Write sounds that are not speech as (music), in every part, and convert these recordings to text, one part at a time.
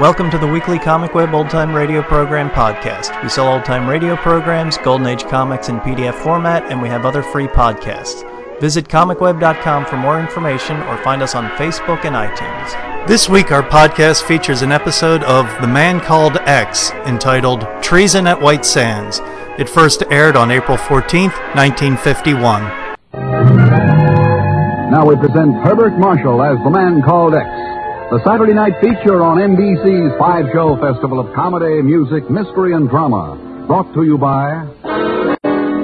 Welcome to the weekly Comic Web Old Time Radio Program podcast. We sell old time radio programs, Golden Age comics in PDF format, and we have other free podcasts. Visit comicweb.com for more information or find us on Facebook and iTunes. This week, our podcast features an episode of The Man Called X entitled Treason at White Sands. It first aired on April 14th, 1951. Now we present Herbert Marshall as the man called X, the Saturday night feature on NBC's five show festival of comedy, music, mystery, and drama. Brought to you by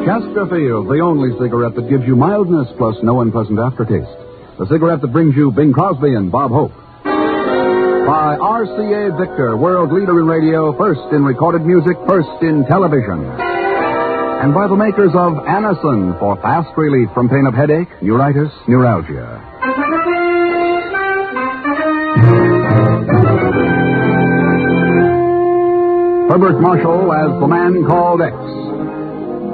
Chesterfield, the only cigarette that gives you mildness plus no unpleasant aftertaste. The cigarette that brings you Bing Crosby and Bob Hope. By RCA Victor, world leader in radio, first in recorded music, first in television. And by the makers of Anacin for fast relief from pain of headache, neuritis, neuralgia. Herbert Marshall as the man called X.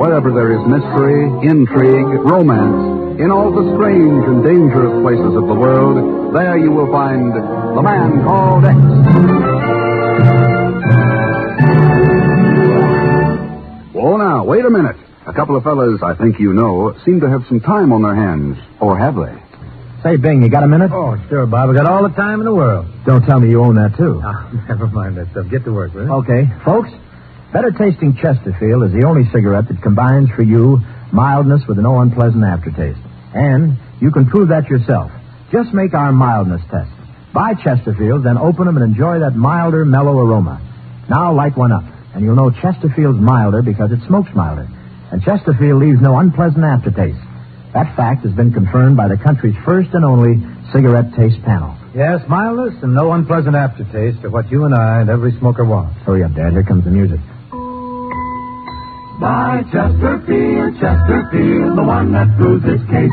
Wherever there is mystery, intrigue, romance, in all the strange and dangerous places of the world, there you will find the man called X. Whoa Oh, now, wait a minute. A couple of fellas I think you know seem to have some time on their hands. Or have they? Say, Bing, you got a minute? Oh, sure, Bob. I got all the time in the world. Don't tell me you own that, too. Oh, (laughs) never mind that stuff. Get to work, will you? Okay. Folks, Better Tasting Chesterfield is the only cigarette that combines for you mildness with no unpleasant aftertaste. And you can prove that yourself. Just make our mildness test. Buy Chesterfields, then open them and enjoy that milder, mellow aroma. Now light one up, and you'll know Chesterfield's milder because it smokes milder. And Chesterfield leaves no unpleasant aftertaste. That fact has been confirmed by the country's first and only cigarette taste panel. Yes, mildness and no unpleasant aftertaste are what you and I and every smoker want. Hurry up, Dad. Here comes the music. By Chesterfield, Chesterfield, the one that proves its case.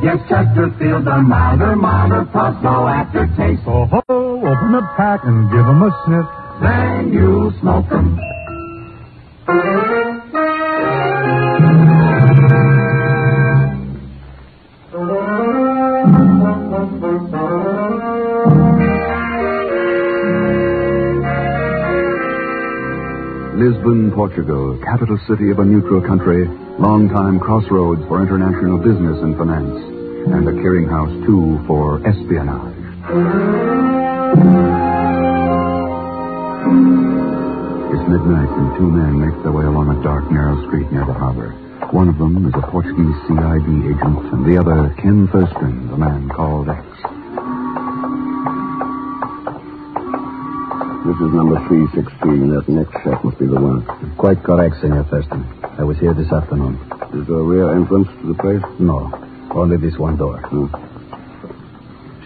Yes, Chesterfields are milder, milder, plus no aftertaste. Oh, ho, open the pack and give 'em a sniff. Then you smoke them. Lisbon, Portugal, capital city of a neutral country, long-time crossroads for international business and finance, and a clearinghouse, too, for espionage. It's midnight, and two men make their way along a dark, narrow street near the harbor. One of them is a Portuguese CID agent, and the other, Ken Thurston, the man called X. This is number 316. That next shack must be the one. Quite correct, Senor Thurston. I was here this afternoon. Is there a rear entrance to the place? No, only this one door. Hmm.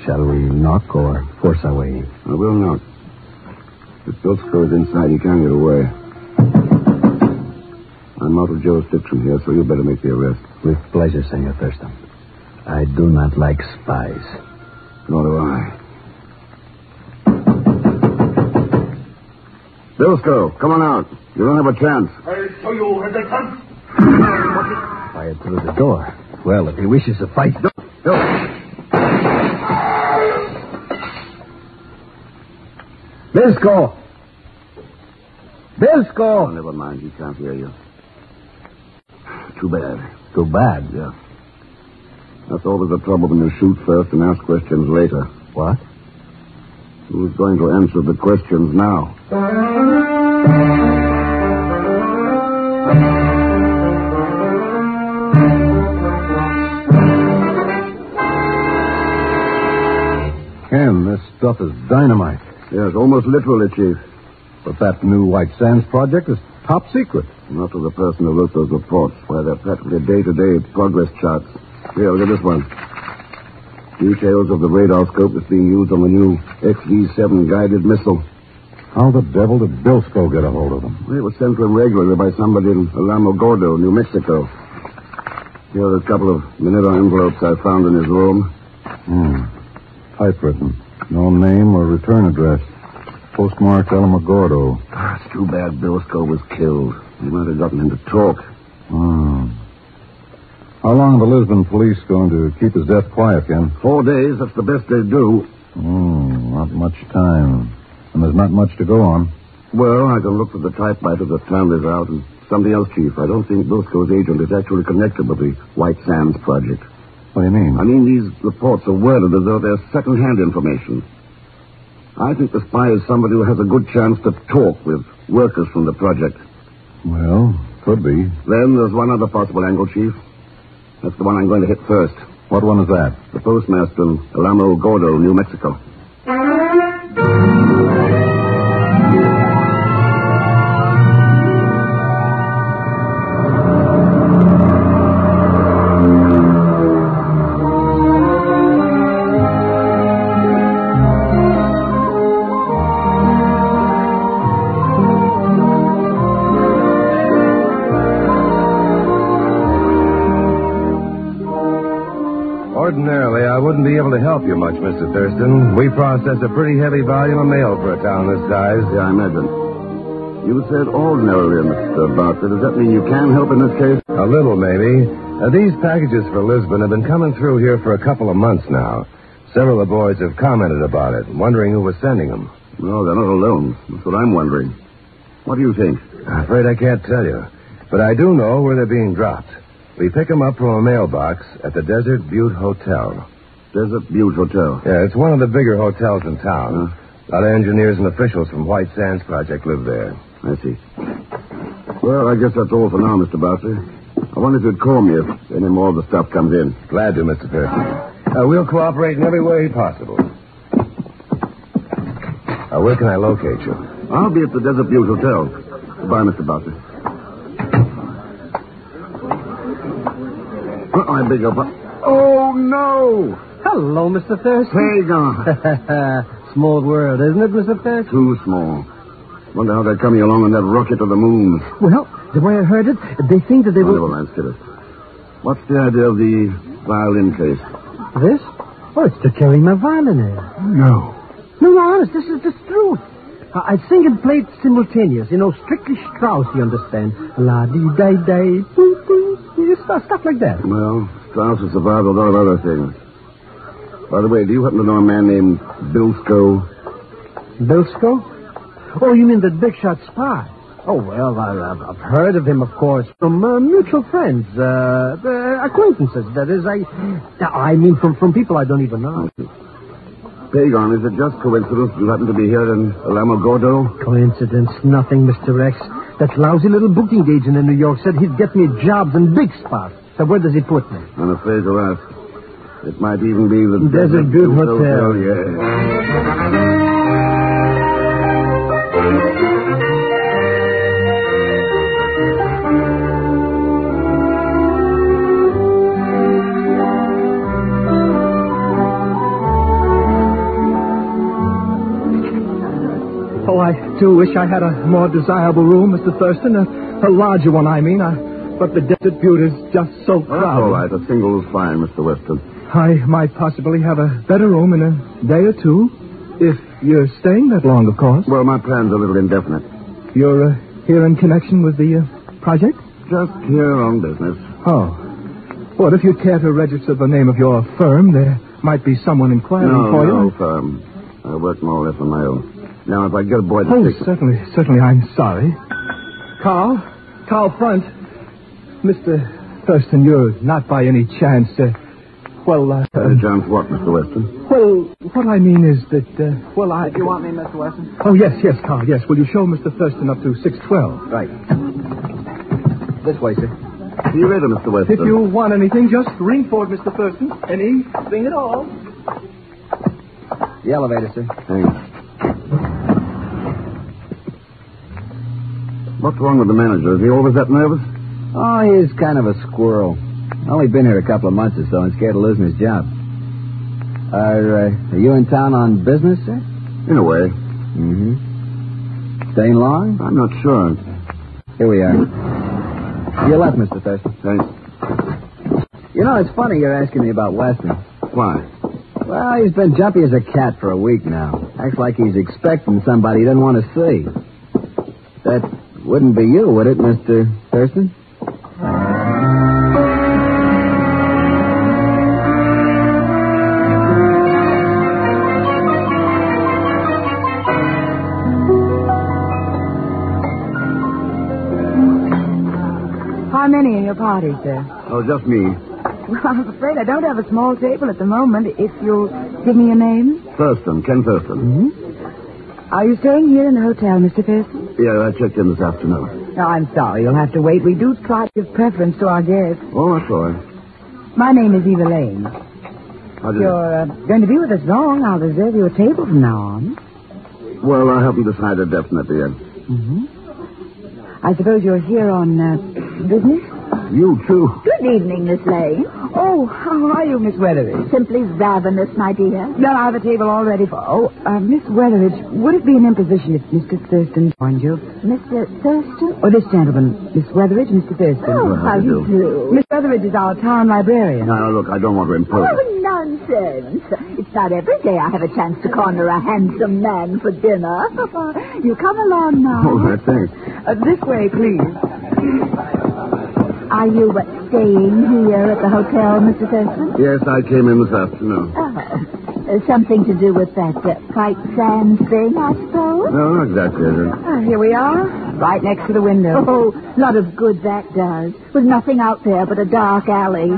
Shall we knock or force our way in? I will not. If Bilsko is inside, he can't get away. I'm out of jurisdiction here, so you better make the arrest. With pleasure, Senor Thurston. I do not like spies. Nor do I. Bilsko, come on out. You don't have a chance. Fired through the door. Well, if he wishes to fight. Bilsko! Oh, Bilsko! never mind. He can't hear you. Too bad. Too bad. Yeah. That's always the trouble when you shoot first and ask questions later. What? Who's going to answer the questions now? Ken, this stuff is dynamite. Yes, almost literally, Chief. But that new White Sands project is top secret. Not to the person who wrote those reports, where they're practically day-to-day progress charts. Here, look at this one. Details of the radar scope that's being used on the new XV-7 guided missile. How the devil did Bilsko get a hold of them? It was sent to him regularly by somebody in Alamo Gordo, New Mexico. Here are a couple of Minero envelopes I found in his room. Hmm. Typewritten. No name or return address. Postmarked Alamogordo. Ah, it's too bad Bilsko was killed. He might have gotten him to talk. Hmm. How long are the Lisbon police going to keep his death quiet, Ken? Four days, that's the best they do. Hmm, not much time. and there's not much to go on. Well, I can look for the typewriter that Townley's out and something else, Chief. I don't think Bosco's agent is actually connected with the White Sands project. What do you mean? I mean, these reports are worded as though they're second-hand information. I think the spy is somebody who has a good chance to talk with workers from the project. Well, could be. Then there's one other possible angle, Chief. That's the one I'm going to hit first. What one is that? The postmaster in Alamo Gordo, New Mexico. Ordinarily, I wouldn't be able to help you much, Mr. Thurston. We process a pretty heavy volume of mail for a town this size. Yeah, I imagine. You said ordinarily, Mr. Barker. Does that mean you can help in this case? A little, maybe. Uh, these packages for Lisbon have been coming through here for a couple of months now. Several of the boys have commented about it, wondering who was sending them. No, they're not alone. That's what I'm wondering. What do you think? I'm afraid I can't tell you, but I do know where they're being dropped. We pick them up from a mailbox at the Desert Butte Hotel. Desert Butte Hotel. Yeah, it's one of the bigger hotels in town. A lot of engineers and officials from White Sands Project live there. I see. Well, I guess that's all for now, Mr. Barker. I wonder if you'd call me if any more of the stuff comes in. Glad to, Mr. Pearson. Uh, we'll cooperate in every way possible. Uh, where can I locate you? I'll be at the Desert Butte Hotel. Goodbye, Mr. Barker. Oh, I beg your pardon. Oh, no! Hello, Mr. Thurston. Hagar! (laughs) Small world, isn't it, Mr. Thurston? Too small. Wonder how they're coming along on that rocket to the moon. Well, the way I heard it, they think that they Wonderful, will. Lance Kidder. What's the idea of the violin case? This? Oh, it's to carry my violin in. No. No, no, honest, this is the truth. I, I sing and play it simultaneous. You know, strictly Strauss, you understand. La di da da, doo doo, stuff stuff like that. Well, Strauss has survived a lot of other things. By the way, do you happen to know a man named Bilsko? Bilsko? Oh, you mean that big shot spy? Oh, well, I, I've, I've heard of him, of course, from uh, mutual friends, uh, uh, acquaintances, that is. I I mean, from, from people I don't even know. Pagon, is it just coincidence you happen to be here in Alamo Gordo? Coincidence, nothing, Mr. Rex. That lousy little booking agent in New York said he'd get me jobs in big spots. So where does he put me? I'm afraid to ask. It might even be the Desert Butte Hotel. yeah. Oh, I do wish I had a more desirable room, Mr. Thurston. A, a larger one, I mean. I, but the Desert Butte is just so Well, that's all right. A single's fine, Mr. Weston. I might possibly have a better room in a day or two. If you're staying that long, of course. Well, my plan's a little indefinite. You're uh, here in connection with the uh, project? Just here on business. Oh. Well, if you care to register the name of your firm, there might be someone inquiring no, for no you. firm. I work more or less on my own. Now, if I get a boy to Oh, stick- certainly, certainly. I'm sorry. Carl? Carl Front? Mr. Thurston, you're not by any chance, uh, well, uh, Uh, John Swart, Mr. Weston. well, what I mean is that, uh, well, I... You want me, Mr. Wesson? Oh, yes, yes, Carl, yes. Will you show Mr. Thurston up to 612? Right. This way, sir. See you later, Mr. Weston. If you want anything, just ring for it, Mr. Thurston. Anything at all. The elevator, sir. Thanks. What's wrong with the manager? Is he always that nervous? Oh, he's kind of a squirrel. Only been here a couple of months or so and scared of losing his job. Are, uh, are you in town on business, sir? In a way. Mm-hmm. Staying long? I'm not sure. Here we are. You left, Mr. Thurston. Thanks. You know, it's funny you're asking me about Weston. Why? Well, he's been jumpy as a cat for a week now. Acts like he's expecting somebody he doesn't want to see. That wouldn't be you, would it, Mr. Thurston? doing in your party, sir? (laughs) Oh, just me. Well, I'm afraid I don't have a small table at the moment. If you'll give me your name. Thurston, Ken Thurston. Are you staying here in the hotel, Mr. Pearson? Mm-hmm. Yeah, I checked in this afternoon. No, I'm sorry. You'll have to wait. We do try to give preference to our guests. Oh, that's all right. My name is Eva Lane. How If did you're uh, going to be with us long, I'll reserve you a table from now on. Well, I haven't decided definitely yet. I suppose you're here on uh, business? You too. Good evening, Miss Lane. Oh, how are you, Miss Weatheridge? Simply ravenous, my dear. Then I have a table all ready for. Oh, uh, Miss Weatheridge, would it be an imposition if Mr. Thurston joined you? Mr. Thurston? Or this gentleman, Miss Weatheridge, Mr. Thurston. Oh, how do you do? Miss Weatheridge is our town librarian. Now, look, I don't want to impose. (laughs) Oh, nonsense. It's not every day I have a chance to corner a handsome man for dinner. (laughs) you come along now. All right, thanks. Uh, this way, please. Are you uh, staying here at the hotel, Mr. Thurston? Yes, I came in this afternoon. Oh. Uh, something to do with that uh, white sand thing, I suppose? No, not exactly. I don't- Ah, here we are, right next to the window. Oh, lot of good that does. With nothing out there but a dark alley.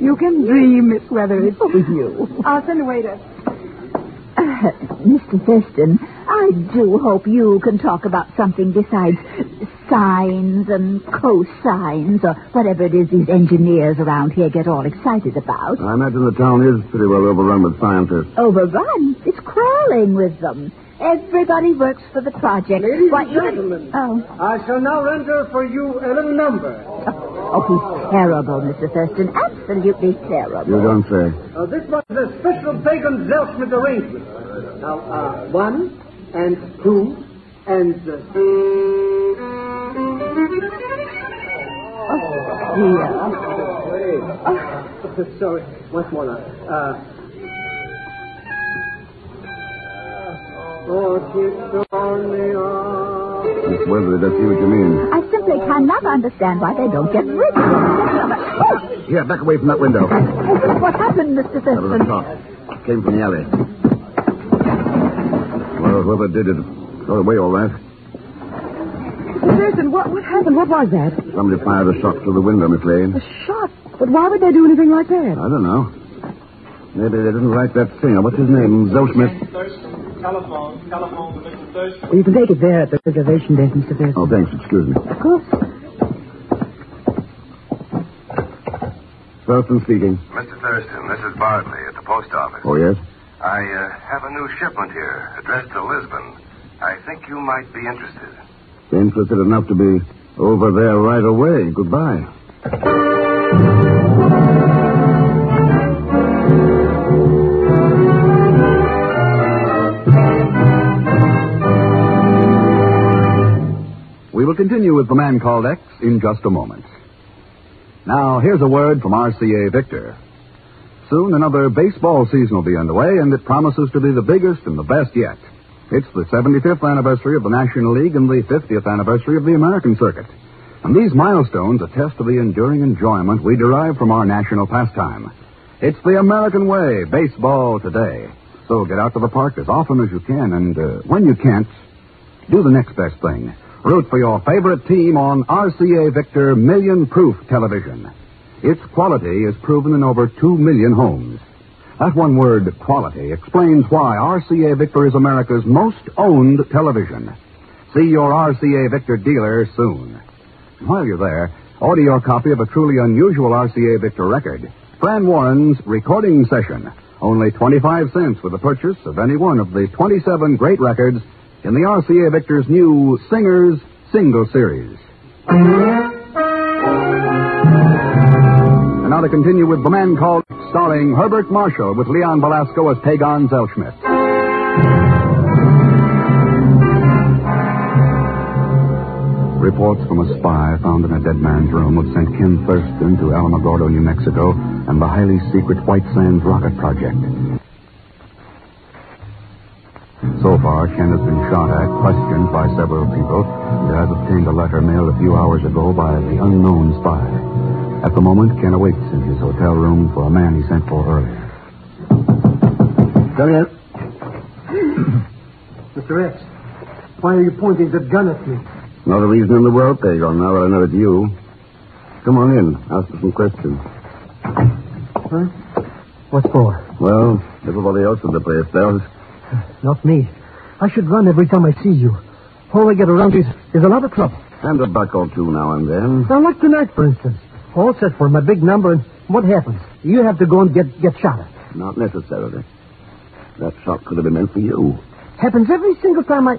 you can dream, Miss Weatheridge. Oh, you. I'll send a waiter. Uh, Mr. Thurston, I do hope you can talk about something besides sines and cosines or whatever it is these engineers around here get all excited about. I imagine the town is pretty well overrun with scientists. Overrun. It's crawling with them. Everybody works for the project. Ladies Why, and even- gentlemen, Oh. I shall now render for you a little number. oh, he's terrible, Mr. Thurston. Absolutely terrible. You don't say. Uh, this was a special bacon Zellschmidt arrangement. Now, uh, one and two and uh, Oh, oh, (laughs) Sorry, once more now. Uh, oh, keep on the Miss Weatherly, that's you what you mean. I simply cannot understand why they don't get rid of them. Oh, Here, back away from that window. what happened, Mr. That was a Thurston? shot. Came from the alley. Well, whoever did it got away all that. Mr. Thurston, what, what happened? What was that? Somebody fired a shot through the window, Miss Lane. Shot. But why would they do anything like that? I don't know. Maybe they didn't like that singer. What's his name? Zellschmidt? Thurston, telephone, telephone to Mr. Thurston. Well, you can take it there at the reservation desk, Mr. Thurston. Oh, thanks. Excuse me. Of course. Thurston speaking. Mr. Thurston, this is Bartley at the post office. Oh, yes? I uh, have a new shipment here, addressed to Lisbon. I think you might be interested. Interested enough to be over there right away. Goodbye. We will continue with The Man Called X in just a moment. Now, here's a word from RCA Victor. Soon another baseball season will be underway, and it promises to be the biggest and the best yet. It's the 75th anniversary of the National League and the 50th anniversary of the American Circuit. And these milestones attest to the enduring enjoyment we derive from our national pastime. It's the American way, baseball today. So get out to the park as often as you can, and uh, when you can't, do the next best thing. Root for your favorite team on RCA Victor Million Proof Television. Its quality is proven in over two million homes. That one word, quality, explains why RCA Victor is America's most owned television. See your RCA Victor dealer soon. And While you're there, order your copy of a truly unusual RCA Victor record, Fran Warren's Recording Session. Only 25 cents for the purchase of any one of the 27 great records in the RCA Victor's new Singers Single Series. And now to continue with The Man Called, X, starring Herbert Marshall with Leon Belasco as Pagan Zellschmidt. Reports from a spy found in a dead man's room have sent Ken Thurston to Alamogordo, New Mexico, and the highly secret White Sands rocket project. So far, Ken has been shot at, questioned by several people, and has obtained a letter mailed a few hours ago by the unknown spy. At the moment, Ken awaits in his hotel room for a man he sent for earlier. Come in. Mr. X, why are you pointing that gun at me? Not a reason in the world, Pagan, now that I know it's you. Come on in. Ask us some questions. Huh? What for? Well, everybody else in the place does. Not me. I should run every time I see you. All I get around is, is a lot of trouble. And a buck or two now and then. Now, like tonight, for instance. All set for my big number, and what happens? You have to go and get, get shot at. Not necessarily. That shot could have been meant for you. Happens every single time I.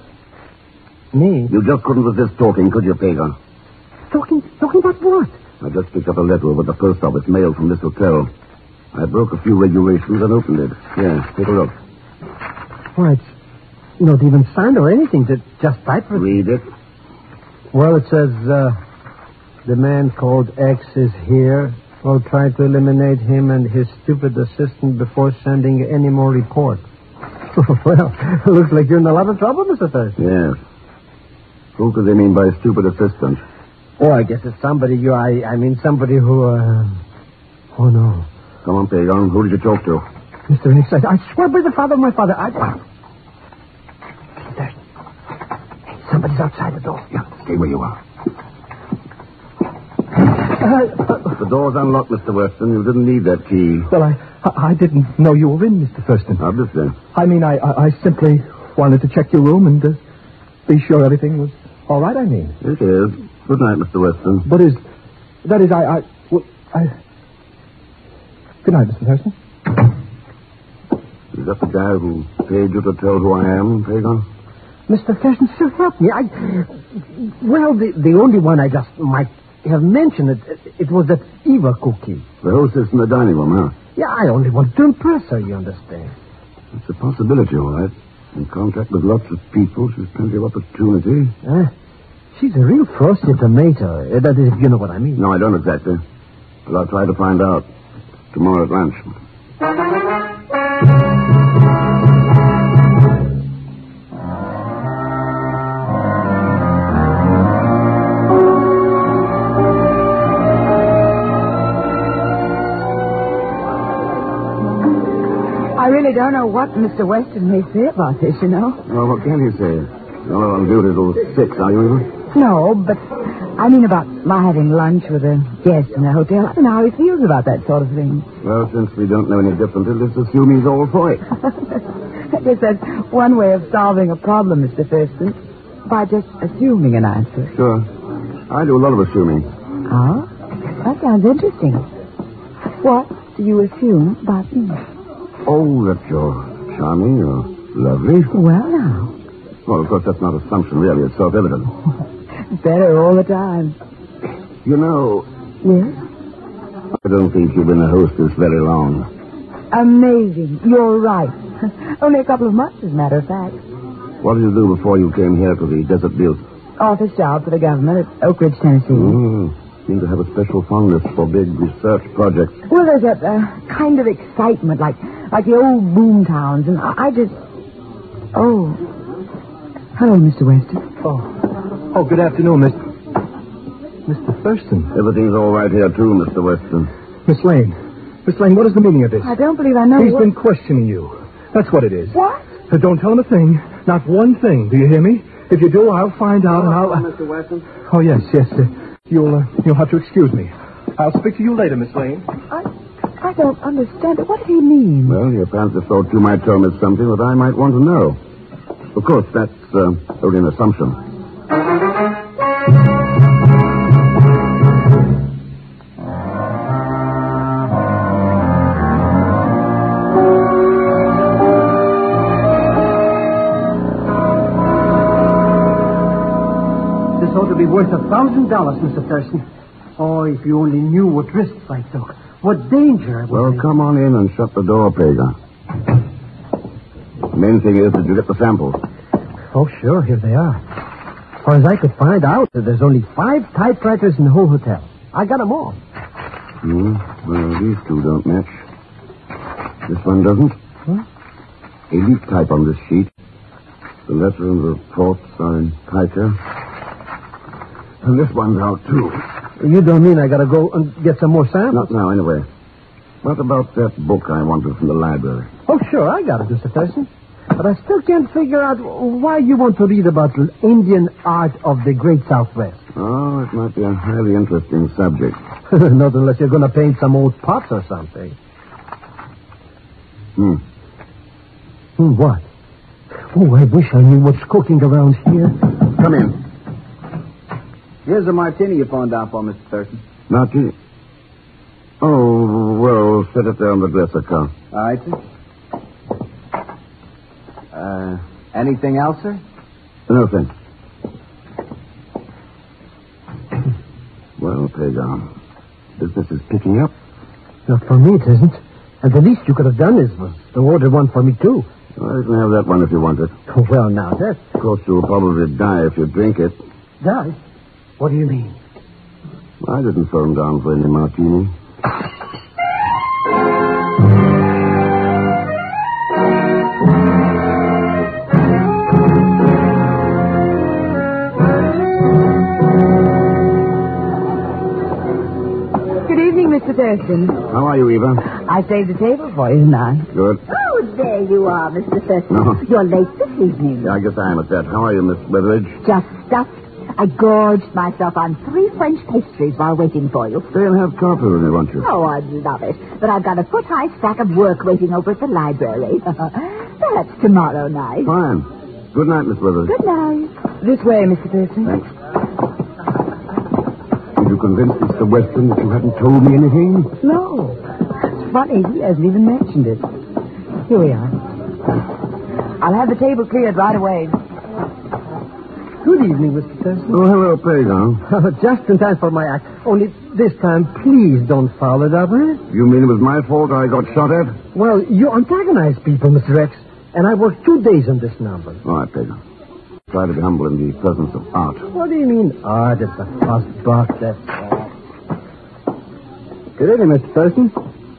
Me? You just couldn't resist talking, could you, Pagan? Talking, talking about what? I just picked up a letter over the post office mail from this hotel. I broke a few regulations and opened it. Yes, take a look. Why, it's not even signed or anything. It's just typewritten. Read it. Well, it says, uh, The man called X is here. We'll try to eliminate him and his stupid assistant before sending any more reports. (laughs) well, (laughs) looks like you're in a lot of trouble, Mr. Thurston. Yes. Who could they mean by stupid assistant? Oh, I guess it's somebody you, I, I mean, somebody who, uh, oh no. Come on, Pagan. Who did you talk to? Mr. Nix, I, I swear by the father of my father, I. ah. Thurston. Hey, somebody's outside the door. Yeah, stay where you are. Uh, uh, The door's unlocked, Mr. Weston. You didn't need that key. well, I, I I didn't know you were in, Mr. Thurston. Obviously. I mean, I, I, I simply wanted to check your room and uh, be sure everything was all right, I mean. It is. Good night, Mr. Weston. But is, that is, I, I, well, I... Good night, Mr. Thurston. Is that the guy who paid you to tell who I am, Pagan? Mr. Thurston, so help me. I, well, the, the only one I just might have mentioned it, it was that Eva cookie. The hostess in the dining room, huh? Yeah, I only wanted to impress her, you understand. It's a possibility, all right. In contact with lots of people, she's plenty of opportunity. Huh? She's a real frosty tomato. eh, That is, if you know what I mean. No, I don't exactly. But I'll try to find out tomorrow at lunch. I really don't know what Mr. Weston may say about this, you know. Well, what can you say? You're not on duty till six, are you, Eva? No, but I mean about my having lunch with a guest in a hotel. I don't know how he feels about that sort of thing. Well, since we don't know any differently, let's assume he's all for it. (laughs) I guess that's one way of solving a problem, Mr. Thurston, by just assuming an answer. Sure. I do a lot of assuming. Oh, that sounds interesting. What do you assume about me? Oh, that you're charming, you're lovely. Well, now, Well, of course, that's not assumption, really. It's self-evident. better all the time. You know, Yes? I don't think you've been a hostess very long. Amazing. You're right. (laughs) Only a couple of months, as a matter of fact. What did you do before you came here to the Desert Butte? Office job for the government at Oak Ridge, Tennessee. Mm, seem to have a special fondness for big research projects. Well, there's a, a kind of excitement, like like the old boom towns, and I, I just. Oh. Hello, Mr. Weston. Oh. Oh, good afternoon, Mr. Mr. Thurston. Everything's all right here, too, Mr. Weston. Miss Lane. Miss Lane, what is the meaning of this? I don't believe I know He's what. been questioning you. That's what it is. What? So don't tell him a thing. Not one thing. Do you hear me? If you do, I'll find out and I'll. Mr. Weston. Oh, yes, yes. Uh, you'll, uh, you'll have to excuse me. I'll speak to you later, Miss Lane. I don't understand. What did he mean? Well, your parents have thought you might tell me something that I might want to know. Of course, that's uh, only an assumption. This ought to be worth a thousand dollars, Mr. Thurston. Oh, if you only knew what risks I took, what danger I was. Well, come on in and shut the door, Pagan. The main thing is, did you get the samples? Oh, sure, here they are. As far as I could find out, there's only five typewriters in the whole hotel. I got 'em all. Hmm. Well, these two don't match. This one doesn't. Huh? A leak type on this sheet. The letter and the reports are in pica. And this one's out, too. You don't mean I gotta go and get some more samples? Not now, anyway. What about that book I wanted from the library? Oh, sure, I got it, Mr. Thurston. But I still can't figure out why you want to read about Indian art of the Great Southwest. Oh, it might be a highly interesting subject. (laughs) Not unless you're going to paint some old pots or something. Hmm. Hmm, what? Oh, I wish I knew what's cooking around here. Come in. Here's the martini you pawned off on, Mr. Thurston. Not you. Oh, well, set it there on the dresser, Carl. All right, sir. Uh, anything else, sir? No, thanks. well, Pagan, business is picking up. Not for me, it isn't. And the least you could have done is to order one for me, too. Well, you can have that one if you want it. Oh, (laughs) well, now, that's... Of course, you'll probably die if you drink it. Die? What do you mean? I didn't throw him down for any martini. Good evening, Mr. Thurston. How are you, Eva? I saved the table for you, didn't I? Good. Oh, there you are, Mr. Thurston. No. You're late this evening. Yeah, I guess I am at that. How are you, Miss Weatheridge? Just stuffed. I gorged myself on three French pastries while waiting for you. They'll have coffee when they want you. Oh, I'd love it. But I've got a foot high stack of work waiting over at the library. (laughs) Perhaps tomorrow night. Fine. Good night, Miss Weatheridge. Good night. This way, Mr. Thurston. Thanks. Did you convince Mr. Weston that you hadn't told me anything? No. It's funny, he hasn't even mentioned it. Here we are. I'll have the table cleared right away. Good evening, Mr. Thurston. Oh, hello, Pagan. (laughs) Just in time for my act. Only this time, please don't foul it up, eh? You mean it was my fault I got shot at? Well, you antagonize people, Mr. Rex. And I worked two days on this number. All right, Pagan. Try to be humble in the presence of art. What do you mean? Ah, it's a fuss buck, that's all. Good evening, Mr. Thurston.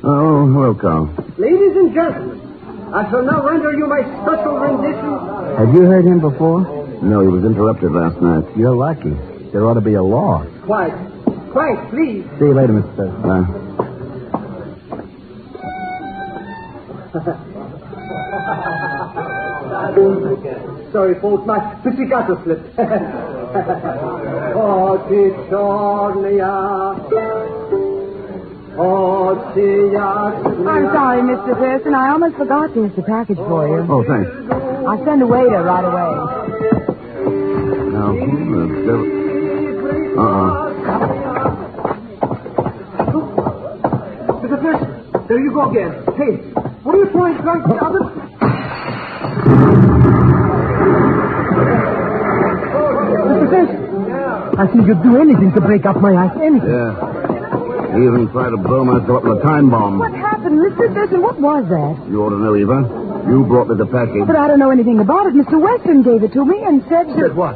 Oh, hello, Carl. Ladies and gentlemen, I shall now render you my special rendition. Have you heard him before? No, he was interrupted last night. You're lucky. There ought to be a law. Quiet. Quiet, please. See you later, Mr. Thurston. Uh, Sorry, folks, my pizzicato slipped. (laughs) Oggi giornia, oggi I'm sorry, Mr. Thurston. I almost forgot there's the package for you. oh, thanks. I'll send a waiter right away. Now, who the devil... Uh-uh. Mr. Thurston, there you go again. Hey, what are you throwing drunk the other? Mr. Thurston! I think you'd do anything to break up my act. Anything. Yeah. He even tried to blow myself up with a time bomb. What happened, Mr. Thurston? What was that? You ought to know, Eva. You brought me the package. But I don't know anything about it. Mr. Weston gave it to me and said that... what?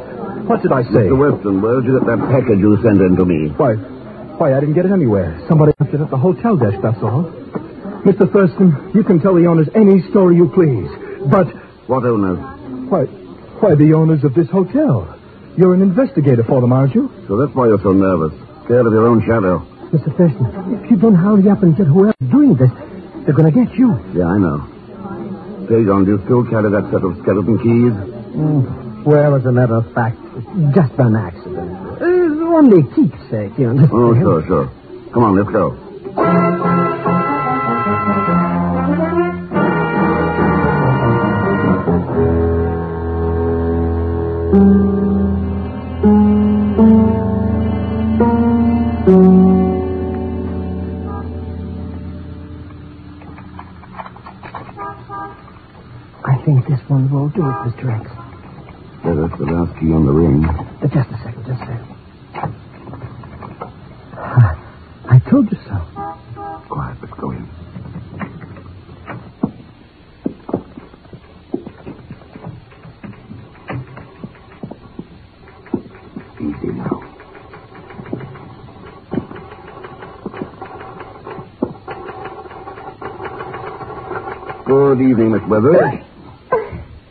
What did I say? Mr. Weston, where did you get that package you sent in to me? Why, why, I didn't get it anywhere. Somebody left it at the hotel desk, that's all. Mr. Thurston, you can tell the owners any story you please. But What owners? why, why the owners of this hotel? You're an investigator for them, aren't you? So that's why you're so nervous. Scared of your own shadow. Mr. Thurston, if you don't hurry up and get whoever's doing this, they're going to get you. Yeah, I know. Pagan, do you still carry that set of skeleton keys? Hmm. Well, as a matter of fact, it's just an accident. Uh, only keepsake, you understand? Oh, sure, sure. Come on, let's go. I think this one will do it, Mr. Rex. Yeah, that's the last key on the ring. But just a second, just a second. (sighs) I told you so. Quiet, let's go in. Easy now. Good evening, Miss Weathers.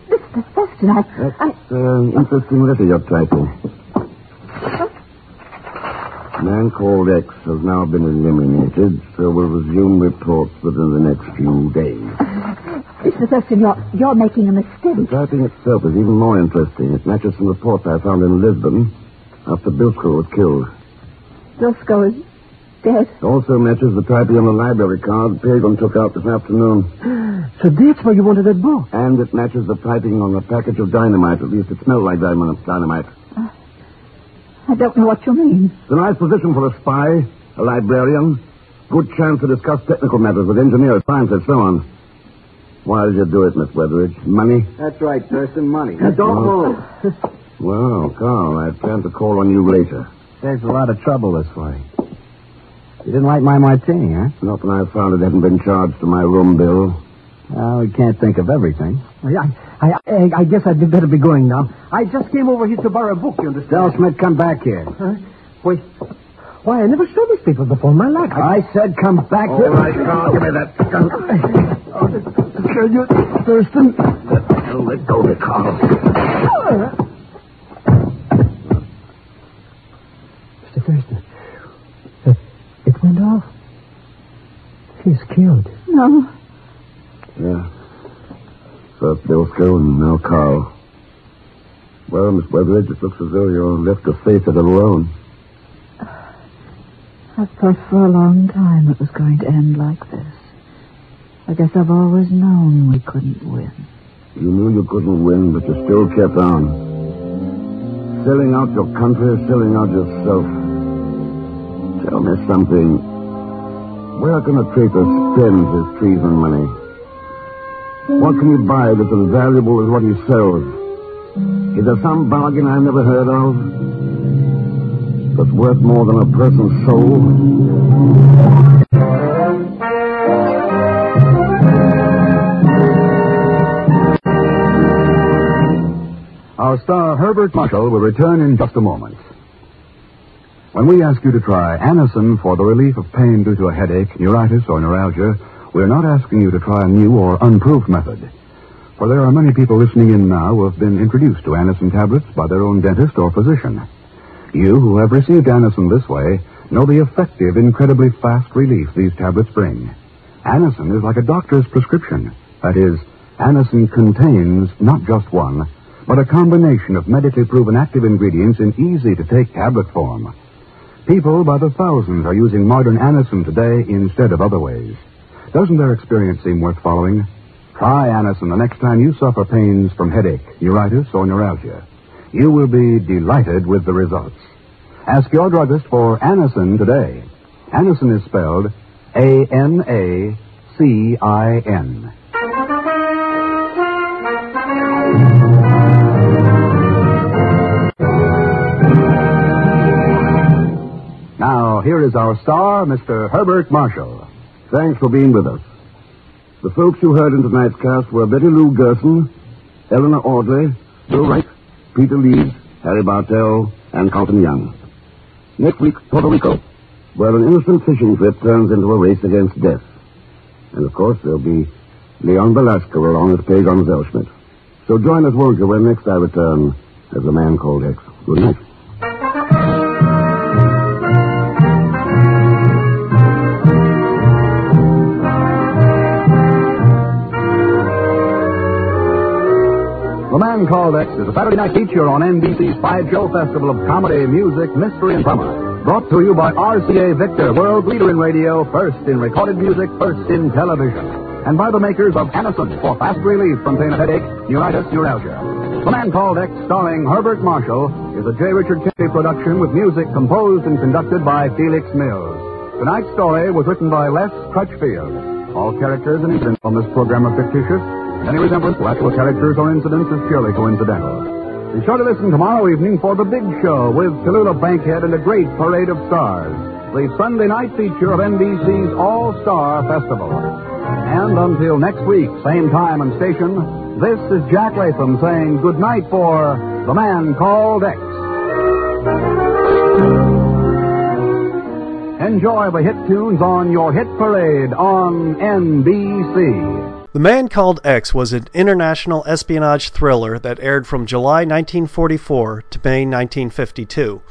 Mr. Thurston, I... I... That's uh, an interesting letter you're typing. Man called X has now been eliminated, so we'll resume reports within the next few days. Mr. Thurston, you're, you're making a mistake. The typing itself is even more interesting. It matches some reports I found in Lisbon after Bilsko was killed. Bilsko is dead. Also matches the typing on the library card Pilgrim took out this afternoon. So that's why you wanted that book. And it matches the typing on the package of dynamite. At least it smelled like dynamite. dynamite. I don't know what you mean. It's a nice position for a spy, a librarian. Good chance to discuss technical matters with engineers, scientists, so on. Why did you do it, Miss Weatheridge? Money? That's right, Thurston. Money. Now, don't move. Well, Carl, I plan to call on you later. There's a lot of trouble this way. You didn't like my martini, huh? Not when I found it hadn't been charged to my room bill. Well, we can't think of everything. I, I, I, I guess I'd better be going now. I just came over here to borrow a book, you understand? Smith, come back here. Huh? Wait. Why, I never saw these people before in my life. I said come back All here. right, Carl, give me that skunk. Sure, you, Thurston. Now let go of it, Carl. Mr. Thurston. It, it went off. He's killed. No. Yeah. First Bilsko and now Carl. Well, Miss Weatheridge, it looks as though you're left to face it alone. I thought for a long time it was going to end like this. I guess I've always known we couldn't win. You knew you couldn't win, but you still kept on. Selling out your country, selling out yourself. Tell me something. Where can a traitor spend his treason money? What can he buy that's as valuable as what he sells? Is there some bargain I never heard of? That's worth more than a person's soul? Our star Herbert Muckle will return in just a moment. When we ask you to try Anison for the relief of pain due to a headache, neuritis, or neuralgia, we're not asking you to try a new or unproved method. For there are many people listening in now who have been introduced to Anison tablets by their own dentist or physician. You who have received Anison this way know the effective, incredibly fast relief these tablets bring. Anison is like a doctor's prescription. That is, Anison contains not just one, but a combination of medically proven active ingredients in easy to take tablet form. People by the thousands are using modern Anison today instead of other ways. Doesn't their experience seem worth following? Try Anison the next time you suffer pains from headache, neuritis, or neuralgia. You will be delighted with the results. Ask your druggist for Anison today. Anison is spelled A N A C I N. Now, here is our star, Mr. Herbert Marshall. Thanks for being with us. The folks you heard in tonight's cast were Betty Lou Gerson, Eleanor Audley, Bill Wright, Peter Leeds, Harry Bartell, and Carlton Young. Next week, Puerto Rico, where an innocent fishing trip turns into a race against death. And of course, there'll be Leon Velasco along with Pagan Zellschmidt. So join us, won't you, when next I return as the man called X. Good night. The Man Called X is a Saturday night feature on NBC's Five Show Festival of Comedy, Music, Mystery, and Drama. Brought to you by RCA Victor, world leader in radio, first in recorded music, first in television. And by the makers of Anison for fast relief from pain and headache, neuritis, neuralgia. The Man Called X, starring Herbert Marshall, is a J. Richard Kennedy production with music composed and conducted by Felix Mills. Tonight's story was written by Les Crutchfield. All characters and incidents on this program are fictitious. and Any resemblance to actual characters or incidents is purely coincidental. Be sure to listen tomorrow evening for The Big Show with Tallulah Bankhead and a great parade of stars. The Sunday night feature of NBC's All Star Festival. And until next week, same time and station, this is Jack Latham saying good night for The Man Called X. Enjoy the hit tunes on your hit parade on NBC. The Man Called X was an international espionage thriller that aired from July 1944 to May 1952.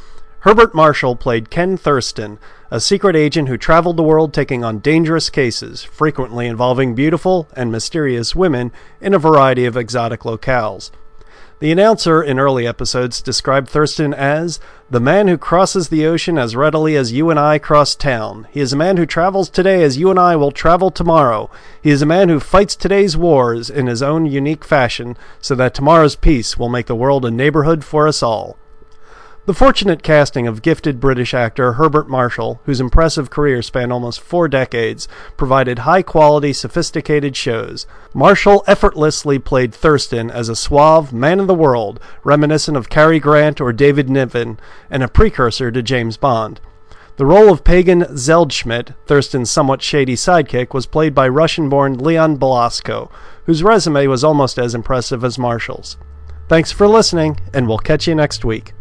Herbert Marshall played Ken Thurston, a secret agent who traveled the world taking on dangerous cases, frequently involving beautiful and mysterious women in a variety of exotic locales. The announcer in early episodes described Thurston as the man who crosses the ocean as readily as you and I cross town. He is a man who travels today as you and I will travel tomorrow. He is a man who fights today's wars in his own unique fashion so that tomorrow's peace will make the world a neighborhood for us all. The fortunate casting of gifted British actor Herbert Marshall, whose impressive career spanned almost four decades, provided high quality, sophisticated shows. Marshall effortlessly played Thurston as a suave man of the world, reminiscent of Cary Grant or David Niven, and a precursor to James Bond. The role of Pagan Zeldschmidt, Thurston's somewhat shady sidekick, was played by Russian born Leon Belasco, whose resume was almost as impressive as Marshall's. Thanks for listening, and we'll catch you next week.